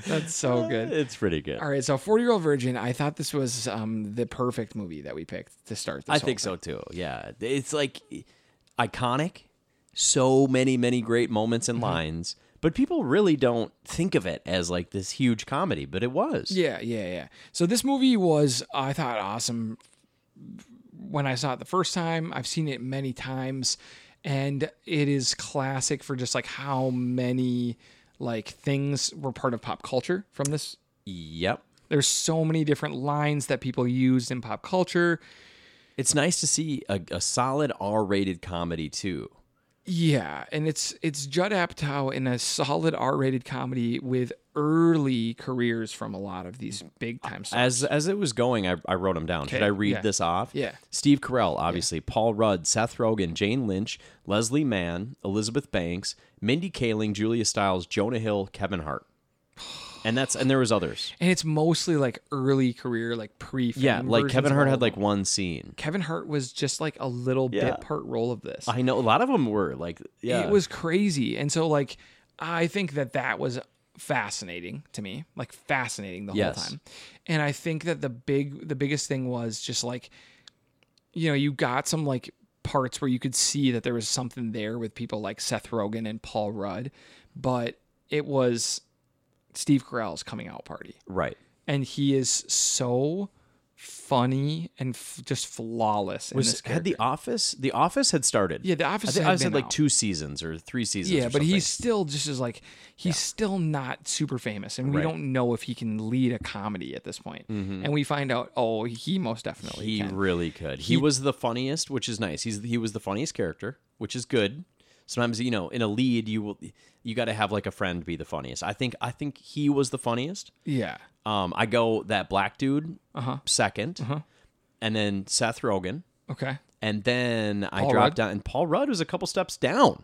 A: that's so good.
B: it's pretty good.
A: All right, so Forty Year Old Virgin. I thought this was um, the perfect movie that we picked to start. This
B: I think so too. Yeah, it's like iconic. So many, many great moments
A: Mm-hmm.
B: and lines, but people really don't think of it as like this huge comedy. But it was.
A: Yeah, yeah, yeah. So this movie was, I thought, awesome when I saw it the first time. I've seen it many times, and it is classic for just like how many like things were part of pop culture from this
B: Yep.
A: There's so many different lines that people used in pop culture.
B: It's nice to see a, a solid R-rated comedy too.
A: Yeah, and it's it's Judd Apatow in a solid R-rated comedy with early careers from a lot of these big time stars.
B: As as it was going, I, I wrote them down. Should
A: Okay,
B: I read
A: yeah.
B: this off?
A: Yeah.
B: Steve Carell, obviously, Paul Rudd, Seth Rogen, Jane Lynch, Leslie Mann, Elizabeth Banks, Mindy Kaling, Julia Stiles, Jonah Hill, Kevin Hart, and that's and there was others.
A: and it's mostly like early career, like pre.
B: Yeah, like Kevin Hart had like one scene.
A: Kevin Hart was just like a little
B: Yeah.
A: bit part role of this.
B: I know a lot of them were like yeah.
A: It was crazy. And so like I think that that was fascinating to me, like fascinating the
B: Yes.
A: whole time. And I think that the big the biggest thing was just like you know, you got some like parts where you could see that there was something there with people like Seth Rogen and Paul Rudd, but it was Steve Carell's coming out party
B: right.
A: and he is so funny and f- just flawless in
B: Was
A: this
B: had
A: character.
B: the Office? The Office had started.
A: yeah, the
B: I
A: office
B: think I
A: had
B: was had
A: been
B: like
A: out.
B: two seasons or three seasons.
A: Yeah,
B: or
A: but
B: something.
A: he's still just as like he's still not super famous, and we
B: Right. Mm-hmm.
A: don't know if he can lead a comedy at this point. And we find out, oh, he most definitely
B: He
A: can.
B: really could. He, was the funniest, which is nice. He's he was the funniest character, which is good. Sometimes you know, in a lead, you will you got to have like a friend be the funniest. I think I think he was the funniest.
A: yeah,
B: Um, I go that black dude
A: Uh-huh.
B: 2nd and then Seth Rogen,
A: okay.
B: and then I
A: Paul
B: dropped
A: Rudd?
B: down, and Paul Rudd was a couple steps down.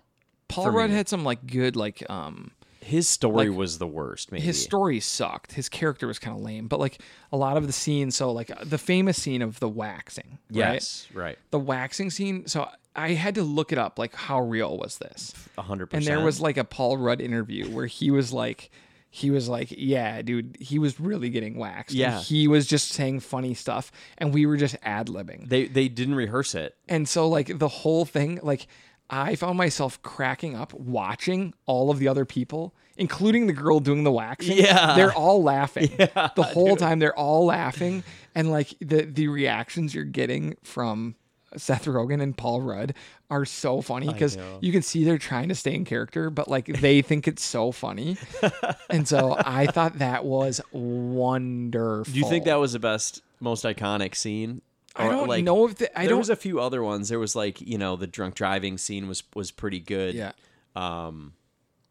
A: Paul Rudd had some like good like um
B: His story was the worst. Maybe
A: his story sucked. His character was kind of lame, but like a lot of the scenes. So like the famous scene of the waxing. Right?
B: yes, right,
A: The waxing scene. So I had to look it up. Like how real was this?
B: a hundred
A: and
B: percent.
A: there was like a Paul Rudd interview where he was like, he was like, yeah, dude, he was really getting waxed. And
B: Yeah.
A: he was just saying funny stuff, and we were just ad libbing.
B: they they didn't rehearse it.
A: And so like the whole thing, like I found myself cracking up watching all of the other people, including the girl doing the waxing.
B: Yeah.
A: they're all laughing the whole time. They're all laughing, and like the the reactions you're getting from. Seth Rogen and Paul Rudd are so funny because you can see they're trying to stay in character, but like they think it's so funny. and so I thought that was wonderful.
B: Do you think that was the best, most iconic scene?
A: I
B: Or,
A: don't
B: like,
A: know if the, I
B: there
A: don't.
B: was a few other ones. There was like you know the drunk driving scene was was pretty good.
A: yeah.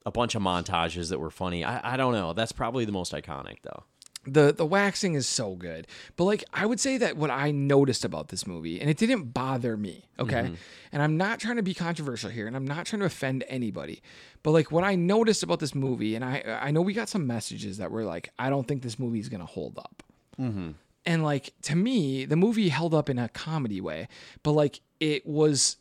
B: a bunch of montages that were funny. I, I don't know. That's probably the most iconic though.
A: the the waxing is so good but like i would say that what i noticed about this movie and it didn't bother me okay and i'm not trying to be controversial here and i'm not trying to offend anybody but like what i noticed about this movie and i i know we got some messages that were like i don't think this movie is going to hold up and like to me the movie held up in a comedy way but like it was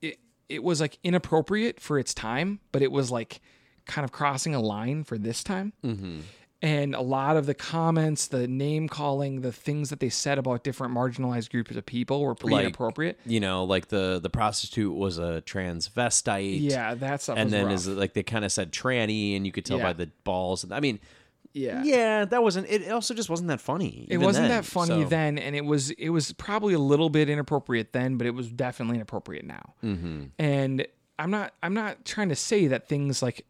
A: it it was like inappropriate for its time but it was like kind of crossing a line for this time
B: Mm-hmm.
A: and a lot of the comments the name calling the things that they said about different marginalized groups of people were pretty
B: Like-
A: inappropriate
B: You know, like the the prostitute was a transvestite.
A: yeah that stuff
B: And
A: was
B: then
A: rough.
B: is it like they kind of said tranny, and you could tell
A: Yeah.
B: by the balls. I mean,
A: yeah
B: yeah. that wasn't. It also just wasn't that funny.
A: it wasn't that funny then and it was it was probably a little bit inappropriate then but it was definitely inappropriate now and i'm not i'm not trying to say that things like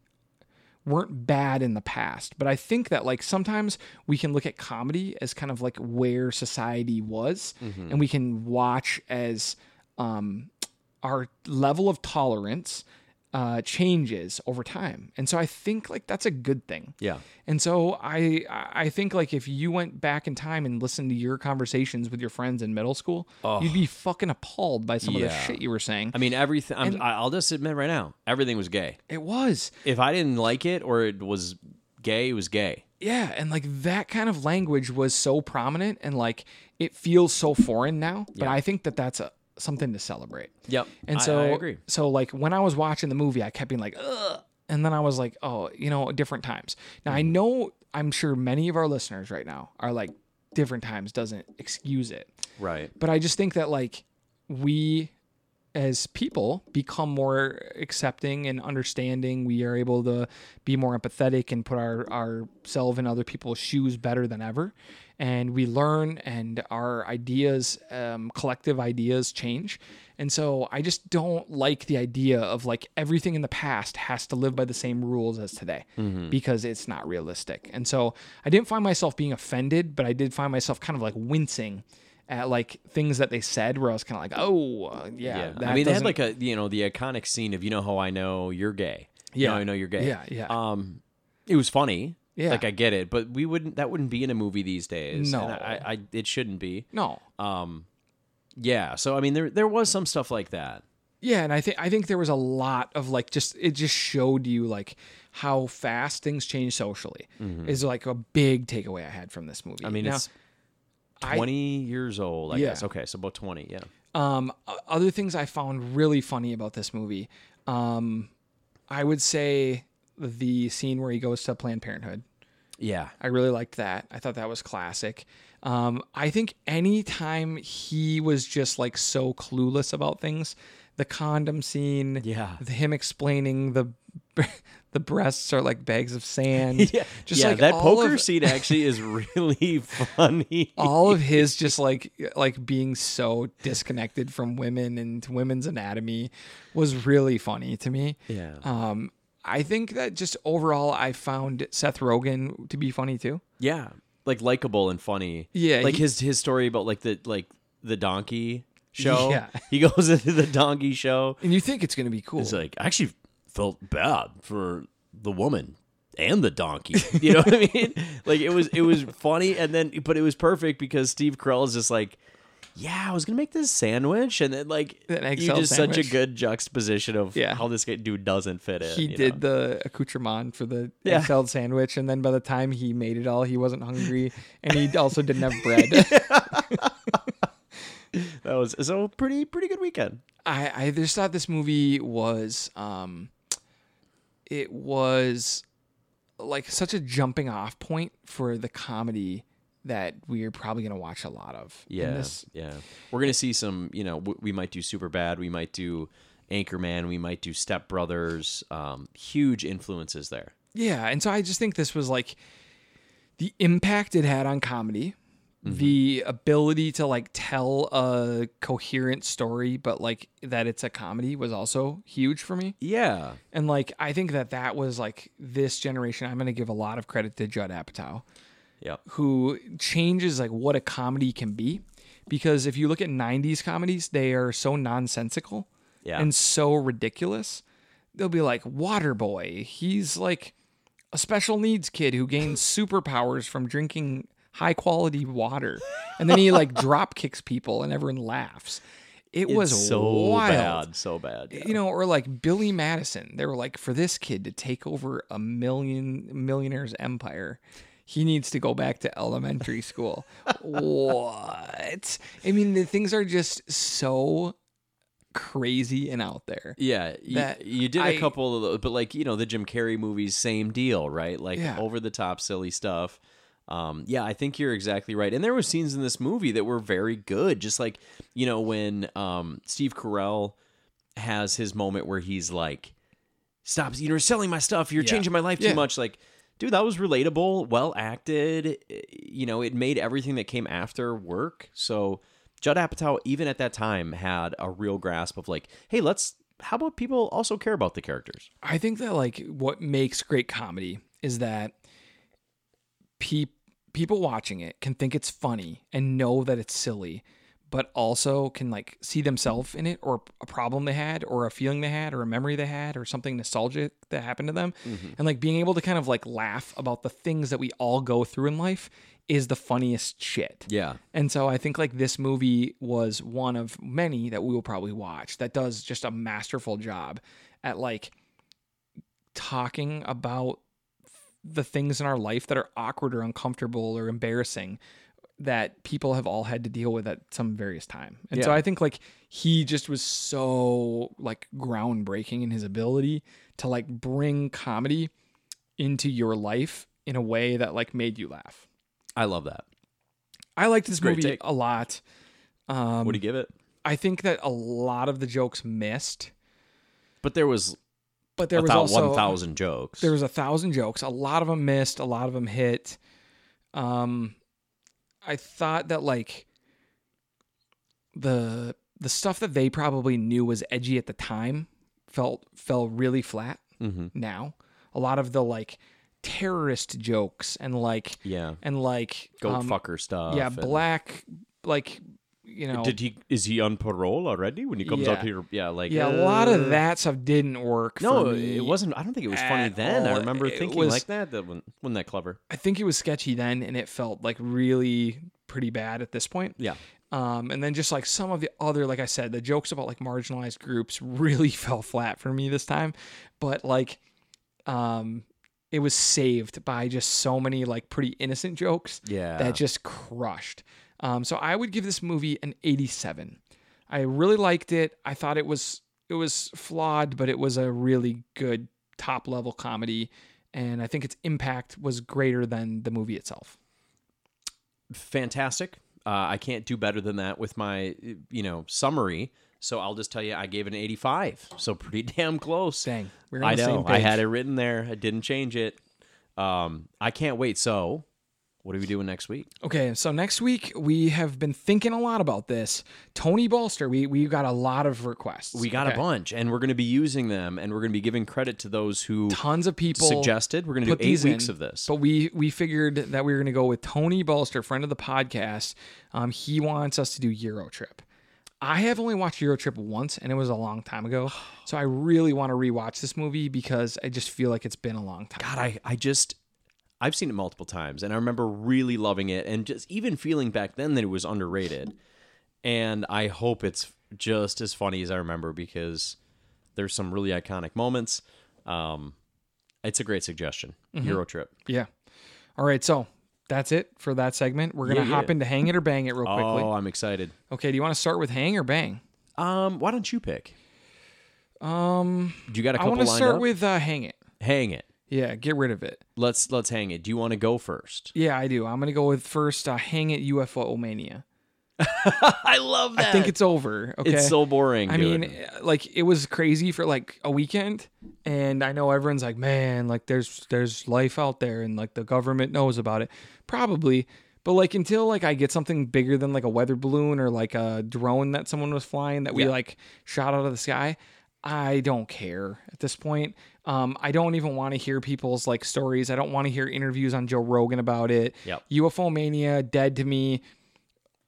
A: weren't bad in the past but i think that like sometimes we can look at comedy as kind of like where society was and we can watch as um our level of tolerance uh changes over time and so i think like that's a good thing
B: Yeah.
A: and so I I think like if you went back in time and listened to your conversations with your friends in middle school, you'd be fucking appalled by some of the
B: Yeah.
A: shit you were saying.
B: I mean, everything. I'm, I- I'll just admit right now, everything was gay.
A: It was.
B: If I didn't like it or it was gay, it was gay.
A: Yeah, and like that kind of language was so prominent and like it feels so foreign now, but I think that that's a, something to celebrate.
B: Yep.
A: And
B: I-
A: so
B: I agree.
A: so like when I was watching the movie, I kept being like, Ugh, and then I was like, oh, you know, different times. Now I
B: Mm-hmm.
A: know I'm sure many of our listeners right now are like different times doesn't excuse it.
B: Right.
A: but I just think that like we as people become more accepting and understanding we are able to be more empathetic and put our ourselves in other people's shoes better than ever and we learn and our ideas um, collective ideas change and so i just don't like the idea of like everything in the past has to live by the same rules as today because it's not realistic and so i didn't find myself being offended but i did find myself kind of like wincing at like things that they said where i was kind of like oh uh, yeah,
B: Yeah.
A: that
B: I mean, they had
A: doesn't-
B: like a, you know, the iconic scene of, you know, how I know you're gay. You know,
A: Yeah.
B: I know you're gay.
A: Yeah, yeah.
B: Um, it was funny.
A: Yeah.
B: Like, I get it, but we wouldn't, that wouldn't be in a movie these days.
A: No.
B: And I, I, it shouldn't be.
A: no
B: Um, yeah. So, I mean, there, there was some stuff like that.
A: Yeah, and I think I think there was a lot of like just it just showed you like how fast things change socially is like a big takeaway I had from this movie.
B: Mm-hmm. I mean,
A: now,
B: it's
A: I-
B: 20 years old, I
A: Yeah.
B: guess. Okay. So about 20. Yeah.
A: um, o- other things I found really funny about this movie, um, I would say the scene where he goes to Planned Parenthood.
B: Yeah.
A: I really liked that. I thought that was classic. Um, I think anytime he was just like so clueless about things, the condom scene,
B: Yeah.
A: the- him explaining the the breasts are like bags of sand,
B: Yeah.
A: just
B: yeah,
A: like
B: that
A: all
B: poker
A: of,
B: scene actually is really funny.
A: all of his just like like being so disconnected from women and women's anatomy was really funny to me.
B: Yeah.
A: Um, I think that just overall, I found Seth Rogen to be funny too.
B: Yeah, like likable and funny.
A: Yeah,
B: like
A: he-
B: his his story about like the like the donkey show.
A: Yeah.
B: he goes into the donkey show.
A: And you think it's gonna be cool?
B: It's like I actually felt bad for the woman and the donkey. You know what I mean? Like it was it was funny, and then but it was perfect because Steve Carell is just like. Yeah, I was gonna make this sandwich, and then like
A: An egg
B: you
A: salad
B: just such a
A: sandwich.
B: good juxtaposition of
A: Yeah.
B: how this guy- dude doesn't fit in.
A: he
B: you
A: did
B: know?
A: the accoutrement for the
B: Yeah.
A: egg salad sandwich, and then by the time he made it all, he wasn't hungry, and he also didn't have bread.
B: that was so pretty pretty good weekend.
A: I, I just thought this movie was, um, it was like such a jumping off point for the comedy that we're probably gonna watch a lot of. in
B: Yeah,
A: this.
B: yeah. We're gonna see some. You know, w- we might do Super Bad. We might do Anchorman. We might do Step Brothers. Um, huge influences there.
A: yeah. And so I just think this was like the impact it had on comedy. The ability to like tell a coherent story, but like that it's a comedy was also huge for me.
B: Yeah,
A: And like, I think that that was like this generation. I'm going to give a lot of credit to Judd Apatow,
B: yeah,
A: who changes like what a comedy can be. Because if you look at 90s comedies, they are so nonsensical
B: yeah.
A: and so ridiculous. They'll be like, Waterboy, he's like a special needs kid who gains superpowers from drinking high quality water. And then he like drop kicks people and everyone laughs. It was
B: so
A: wild
B: bad, so bad. yeah.
A: you know, or like Billy Madison. They were like, for this kid to take over a million millionaire's empire, he needs to go back to elementary school. what? I mean, the things are just so crazy and out there.
B: Yeah, you,
A: that
B: you did a
A: I-
B: couple of those, but like you know the Jim Carrey movies, same deal, right? Like
A: Yeah.
B: over the top silly stuff. Um, yeah, I think you're exactly right. And there were scenes in this movie that were very good, just like you know when um, Steve Carell has his moment where he's like, "Stop! You're selling my stuff. You're
A: Yeah.
B: changing my life too
A: Yeah.
B: much." Like. Dude, that was relatable, well acted. eh, You know, it made everything that came after work. So Judd Apatow, even at that time, had a real grasp of like, hey, let's. How about people also care about the characters?
A: I think that like what makes great comedy is that pe- people watching it can think it's funny and know that it's silly, but also can like see themselves in it or a problem they had or a feeling they had or a memory they had or something nostalgic that happened to them. And like being able to kind of like laugh about the things that we all go through in life is the funniest shit.
B: Yeah,
A: And so I think like this movie was one of many that we will probably watch that does just a masterful job at like talking about the things in our life that are awkward or uncomfortable or embarrassing that people have all had to deal with at some various time. And so
B: Yeah.
A: I think like he just was so like groundbreaking in his ability to like bring comedy into your life in a way that like made you laugh.
B: I love that.
A: I liked this
B: Great
A: movie
B: take.
A: a lot. Um,
B: What do you give it?
A: I think that a lot of the jokes missed,
B: But there was
A: but there was
B: about
A: also uh,
B: one thousand jokes.
A: there was a thousand jokes. A lot of them missed. A lot of them hit. Um, I thought that like the the stuff that they probably knew was edgy at the time felt fell really flat
B: Mm-hmm.
A: now. A lot of the like terrorist jokes and like
B: Yeah.
A: and like
B: Goat
A: um,
B: fucker stuff.
A: yeah
B: and-
A: black like you know
B: Did he is he on parole already when he comes out
A: Yeah.
B: here? Yeah, like
A: yeah a lot of
B: uh,
A: that stuff didn't work.
B: No,
A: for me.
B: it wasn't. I don't think it was funny
A: at
B: then. I
A: all.
B: remember
A: It
B: thinking
A: was-
B: like that. That wasn't, wasn't that clever.
A: I think it was sketchy then, and it felt like really pretty bad at this point.
B: Yeah.
A: Um, and then just like some of the other, like I said, the jokes about like marginalized groups really fell flat for me this time. But like, um, it was saved by just so many like pretty innocent jokes
B: Yeah.
A: that just crushed. Um, so I would give this movie an 87. I really liked it. I thought it was it was flawed, but it was a really good top level comedy, and I think its impact was greater than the movie itself.
B: fantastic. Uh, I can't do better than that with my you know summary. So I'll just tell you, I gave it an 85. So pretty damn close.
A: Dang, we're on
B: I
A: the same
B: know.
A: page.
B: I had it written there. I didn't change it. Um, I can't wait. So, what are we doing next week?
A: Okay, so next week we have been thinking a lot about this. Tony Bolster, we we got a lot of requests.
B: We got
A: Okay.
B: a bunch, and we're going to be using them, and we're going to be giving credit to those who
A: tons of people
B: suggested. We're going to
A: put
B: do eight
A: these
B: weeks
A: in,
B: of this.
A: But we we figured that we were going to go with Tony Bolster, friend of the podcast. Um, he wants us to do Euro Trip. I have only watched Euro Trip once, and it was a long time ago. So I really want to rewatch this movie because I just feel like it's been a long time.
B: God, I, I just I've seen it multiple times and I remember really loving it and just even feeling back then that it was underrated. And I hope it's just as funny as I remember because there's some really iconic moments. Um it's a great suggestion.
A: Mm-hmm.
B: Euro trip.
A: Yeah. All right, so that's it for that segment. We're gonna
B: Yeah,
A: hop
B: yeah.
A: into Hang It or Bang It real quickly.
B: Oh, I'm excited.
A: Okay, do you want to start with Hang or Bang?
B: Um, why don't you pick?
A: Um,
B: Do you got
A: I
B: a couple
A: want to
B: lined
A: start
B: up?
A: with uh, Hang It.
B: hang it.
A: Yeah, get rid of it.
B: Let's let's hang it. Do you want to go first?
A: Yeah, I do. I'm gonna go with first uh, Hang It UFO Mania.
B: I love that.
A: I think it's over. Okay.
B: Uh, it's so boring.
A: I
B: dude.
A: mean, uh, like it was crazy for like a weekend, and I know everyone's like, "Man, like there's there's life out there, and like the government knows about it, probably." But like until like I get something bigger than like a weather balloon or like a drone that someone was flying that we
B: Yeah.
A: like shot out of the sky, I don't care at this point. Um, I don't even want to hear people's like stories. I don't want to hear interviews on Joe Rogan about it.
B: Yep.
A: UFO mania dead to me.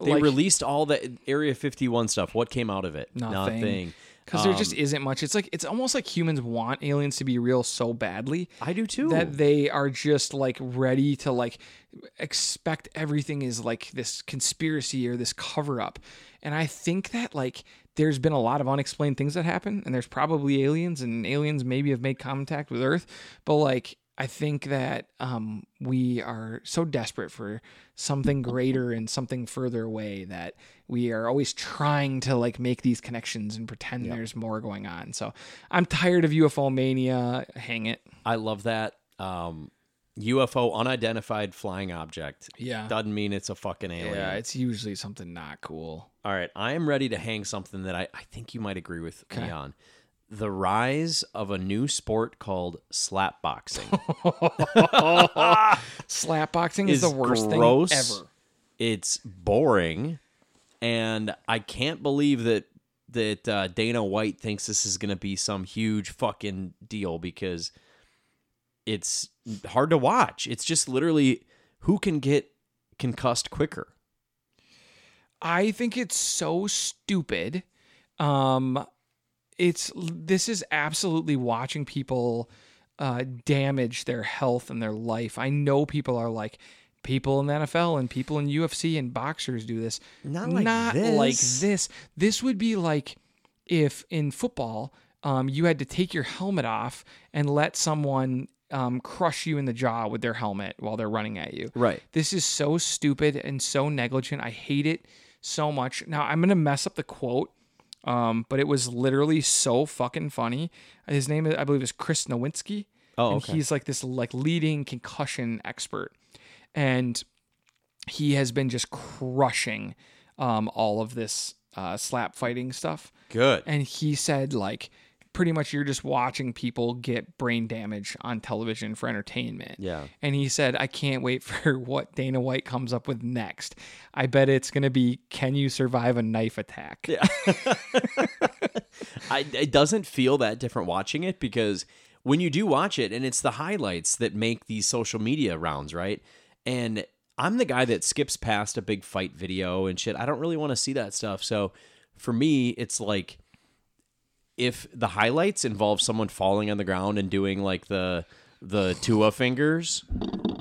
B: They
A: like-
B: released all the Area 51 stuff. What came out of it?
A: Nothing.
B: Nothing.
A: because there just isn't much. It's like it's almost like humans want aliens to be real so badly
B: I do too.
A: that they are just like ready to like expect everything is like this conspiracy or this cover up. And I think that like there's been a lot of unexplained things that happen and there's probably aliens and aliens maybe have made contact with Earth, but like I think that um, we are so desperate for something greater and something further away that we are always trying to like make these connections and pretend there's more going on. So I'm tired of UFO mania. Hang it.
B: I love that. Um, UFO, unidentified flying object.
A: Yeah.
B: Doesn't mean it's a fucking alien.
A: Yeah, it's usually something not cool.
B: All right. I am ready to hang something that I, I think you might agree with me on. The rise of a new sport called slap boxing
A: Slapboxing is,
B: is
A: the worst
B: gross.
A: thing ever.
B: It's boring, and I can't believe that that uh, Dana White thinks this is going to be some huge fucking deal because it's hard to watch. It's just literally who can get concussed quicker.
A: I think it's so stupid. Um it's this is absolutely watching people uh damage their health and their life. I know people are like people in the NFL and people in UFC and boxers do this.
B: Not like
A: Not
B: this.
A: like this. This would be like if in football um, you had to take your helmet off and let someone um, crush you in the jaw with their helmet while they're running at you.
B: Right.
A: This is so stupid and so negligent. I hate it so much. Now I'm gonna mess up the quote, um, but it was literally so fucking funny. His name, I believe, is Chris Nowinski.
B: Oh,
A: and
B: okay.
A: he's like this like leading concussion expert, and he has been just crushing um, all of this uh, slap fighting stuff
B: Good.
A: and he said like pretty much you're just watching people get brain damage on television for entertainment.
B: Yeah.
A: And he said, I can't wait for what Dana White comes up with next. I bet it's going to be Can You Survive a Knife Attack?
B: Yeah. I, it doesn't feel that different watching it because when you do watch it, and it's the highlights that make these social media rounds, right? And I'm the guy that skips past a big fight video and shit. I don't really want to see that stuff. So for me, it's like if the highlights involve someone falling on the ground and doing like the the Tua fingers,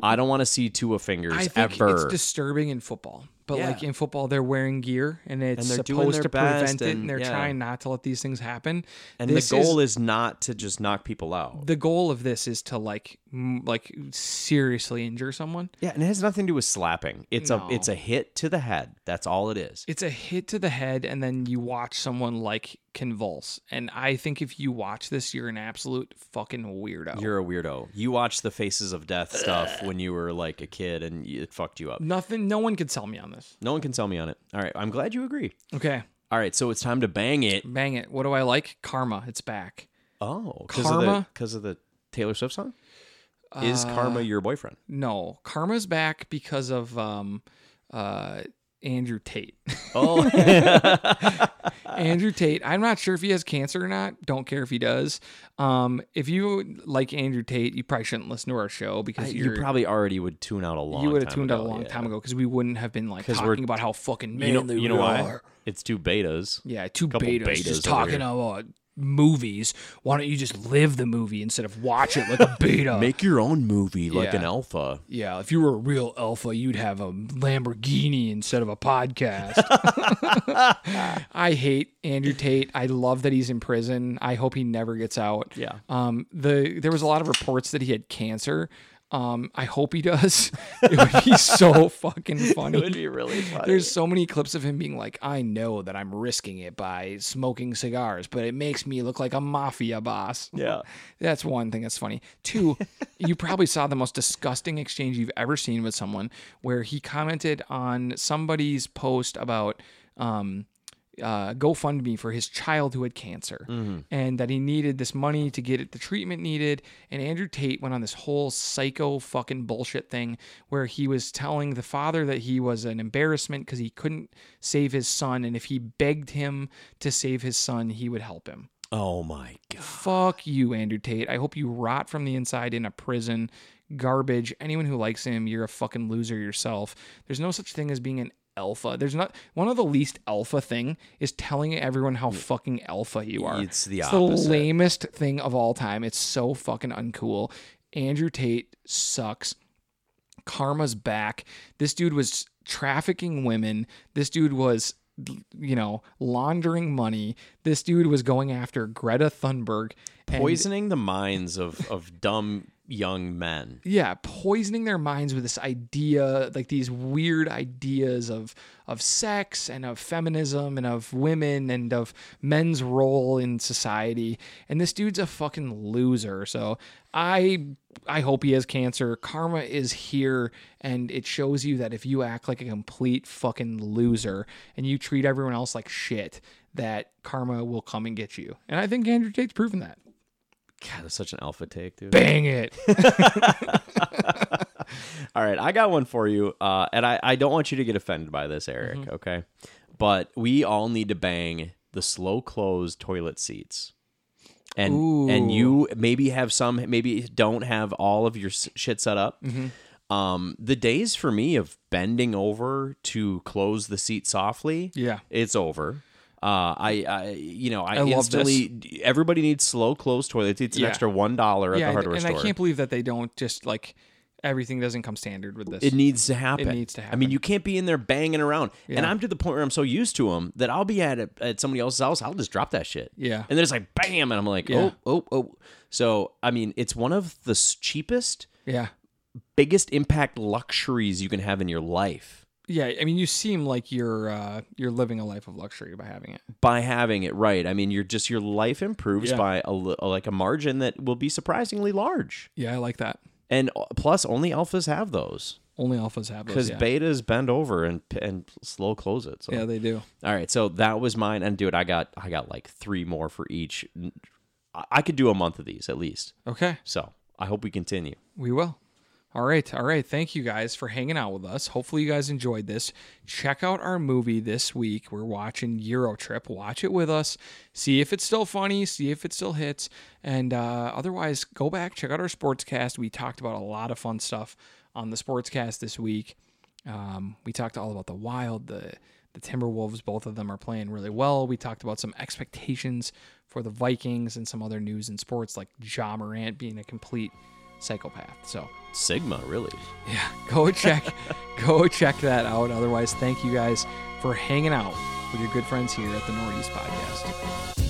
B: I don't want to see Tua fingers
A: I think
B: ever.
A: it's disturbing in football. But
B: Yeah.
A: like in football, they're wearing gear and it's
B: they're doing
A: supposed
B: their
A: to prevent it,
B: best
A: and
B: and-
A: they're
B: yeah.
A: trying not to let these things happen.
B: and
A: This
B: the
A: is-
B: goal is, not to just knock people out.
A: the goal of this is to like m- like seriously injure someone.
B: Yeah, and it has nothing to do with slapping. It's
A: No.
B: a it's a hit to the head. That's all it is.
A: It's a hit to the head, and then you watch someone like convulse. And I think if you watch this, you're an absolute fucking weirdo.
B: You're a weirdo. You watched the Faces of Death stuff when you were like a kid, and it fucked you up.
A: Nothing. No one could sell me on this.
B: No one can sell me on it. All right, I'm glad you agree.
A: Okay,
B: All right, so it's time to bang it.
A: bang it. What do I like? Karma. It's back.
B: Oh, because
A: Karma?
B: because of, the Taylor Swift song. Is Karma your boyfriend?
A: No, Karma's back because of um, uh, Andrew Tate.
B: Oh,
A: Andrew Tate. I'm not sure if he has cancer or not. Don't care if he does. Um, if you like Andrew Tate, you probably shouldn't listen to our show because
B: you
A: you're,
B: probably already would tune out a long.
A: you would
B: would
A: have tuned out a long time ago because we wouldn't have been like
B: 'Cause
A: talking
B: we're-
A: about how fucking
B: You know,
A: manly
B: you know
A: we
B: why?
A: are.
B: It's two betas.
A: Yeah, two
B: Couple
A: betas,
B: betas
A: just
B: over
A: talking
B: here.
A: about movies. Why don't you just live the movie instead of watch it like a beta?
B: Make your own movie like
A: Yeah.
B: an alpha.
A: yeah, if you were a real alpha, you'd have a Lamborghini instead of a podcast. I hate Andrew Tate. I love that he's in prison. I hope he never gets out.
B: Yeah.
A: Um, the there was a lot of reports that he had cancer. Um, I hope he does. It would be so fucking funny.
B: be really funny.
A: There's so many clips of him being like, I know that I'm risking it by smoking cigars, but it makes me look like a mafia boss.
B: Yeah.
A: That's one thing that's funny. Two, you probably saw the most disgusting exchange you've ever seen with someone where he commented on somebody's post about um, uh, GoFundMe for his child who had cancer and that he needed this money to get it the treatment needed. And Andrew Tate went on this whole psycho fucking bullshit thing where he was telling the father that he was an embarrassment because he couldn't save his son. And if he begged him to save his son, he would help him.
B: Oh my god.
A: Fuck you, Andrew Tate. I hope you rot from the inside in a prison. Garbage. Anyone who likes him, you're a fucking loser yourself. There's no such thing as being an alpha. There's not one of the least alpha thing is telling everyone how fucking alpha you are.
B: It's the
A: it's
B: opposite.
A: the lamest thing of all time. It's so fucking uncool. Andrew Tate sucks. Karma's back. This dude was trafficking women. This dude was, you know, laundering money. This dude was going after Greta Thunberg. and-
B: poisoning the minds of of dumb young men.
A: yeah, poisoning their minds with this idea, like these weird ideas of of sex and of feminism and of women and of men's role in society. And this dude's a fucking loser. So I I hope he has cancer. Karma is here and it shows you that if you act like a complete fucking loser and you treat everyone else like shit, that karma will come and get you. And I think Andrew Tate's proven that.
B: God, that's such an alpha take, dude.
A: Bang it.
B: All right, I got one for you, uh, and I I don't want you to get offended by this, Eric.
A: Mm-hmm.
B: Okay, but we all need to bang the slow close toilet seats. And, and you maybe have some maybe don't have all of your s- shit set up
A: Mm-hmm.
B: um, the days for me of bending over to close the seat softly
A: Yeah.
B: it's over. Uh, I, I, you know, I,
A: love this.
B: instantly. Everybody needs slow close toilets. It's
A: Yeah.
B: an extra one dollar at the
A: and-
B: hardware
A: and
B: store.
A: I can't believe that they don't just like everything doesn't come standard with this.
B: it needs to happen.
A: needs to
B: I
A: happen.
B: mean, you can't be in there banging around. And I'm to the point where I'm so used to them that I'll be at a, at somebody else's house. I'll just drop that shit.
A: Yeah.
B: And then it's like bam, and I'm like,
A: Yeah.
B: oh, oh, oh. So I mean, it's one of the s- cheapest,
A: yeah.
B: biggest impact luxuries you can have in your life
A: Yeah, I mean you seem like you're uh you're living a life of luxury by having it.
B: by having it right. I mean, you're just your life improves
A: Yeah.
B: by a, li- like a margin that will be surprisingly large.
A: Yeah, I like that.
B: And uh, plus, only alphas have those
A: Only alphas have those.
B: because
A: Yeah.
B: betas bend over and and slow close it. So.
A: yeah, they do.
B: All right, so that was mine, and dude, I got I got like three more for each. I- I could do a month of these at least.
A: Okay.
B: So I hope we continue.
A: We will. All right. All right. Thank you guys for hanging out with us. Hopefully, you guys enjoyed this. Check out our movie this week. We're watching Euro Trip. Watch it with us. See if it's still funny. See if it still hits. And uh, otherwise, go back, check out our sportscast. We talked about a lot of fun stuff on the sportscast this week. Um, we talked all about the Wild, the the Timberwolves. Both of them are playing really well. We talked about some expectations for the Vikings and some other news in sports, like Ja Morant being a complete psychopath. So
B: Sigma, really.
A: yeah, go check, go check that out. Otherwise, thank you guys for hanging out with your good friends here at the Northeast Podcast.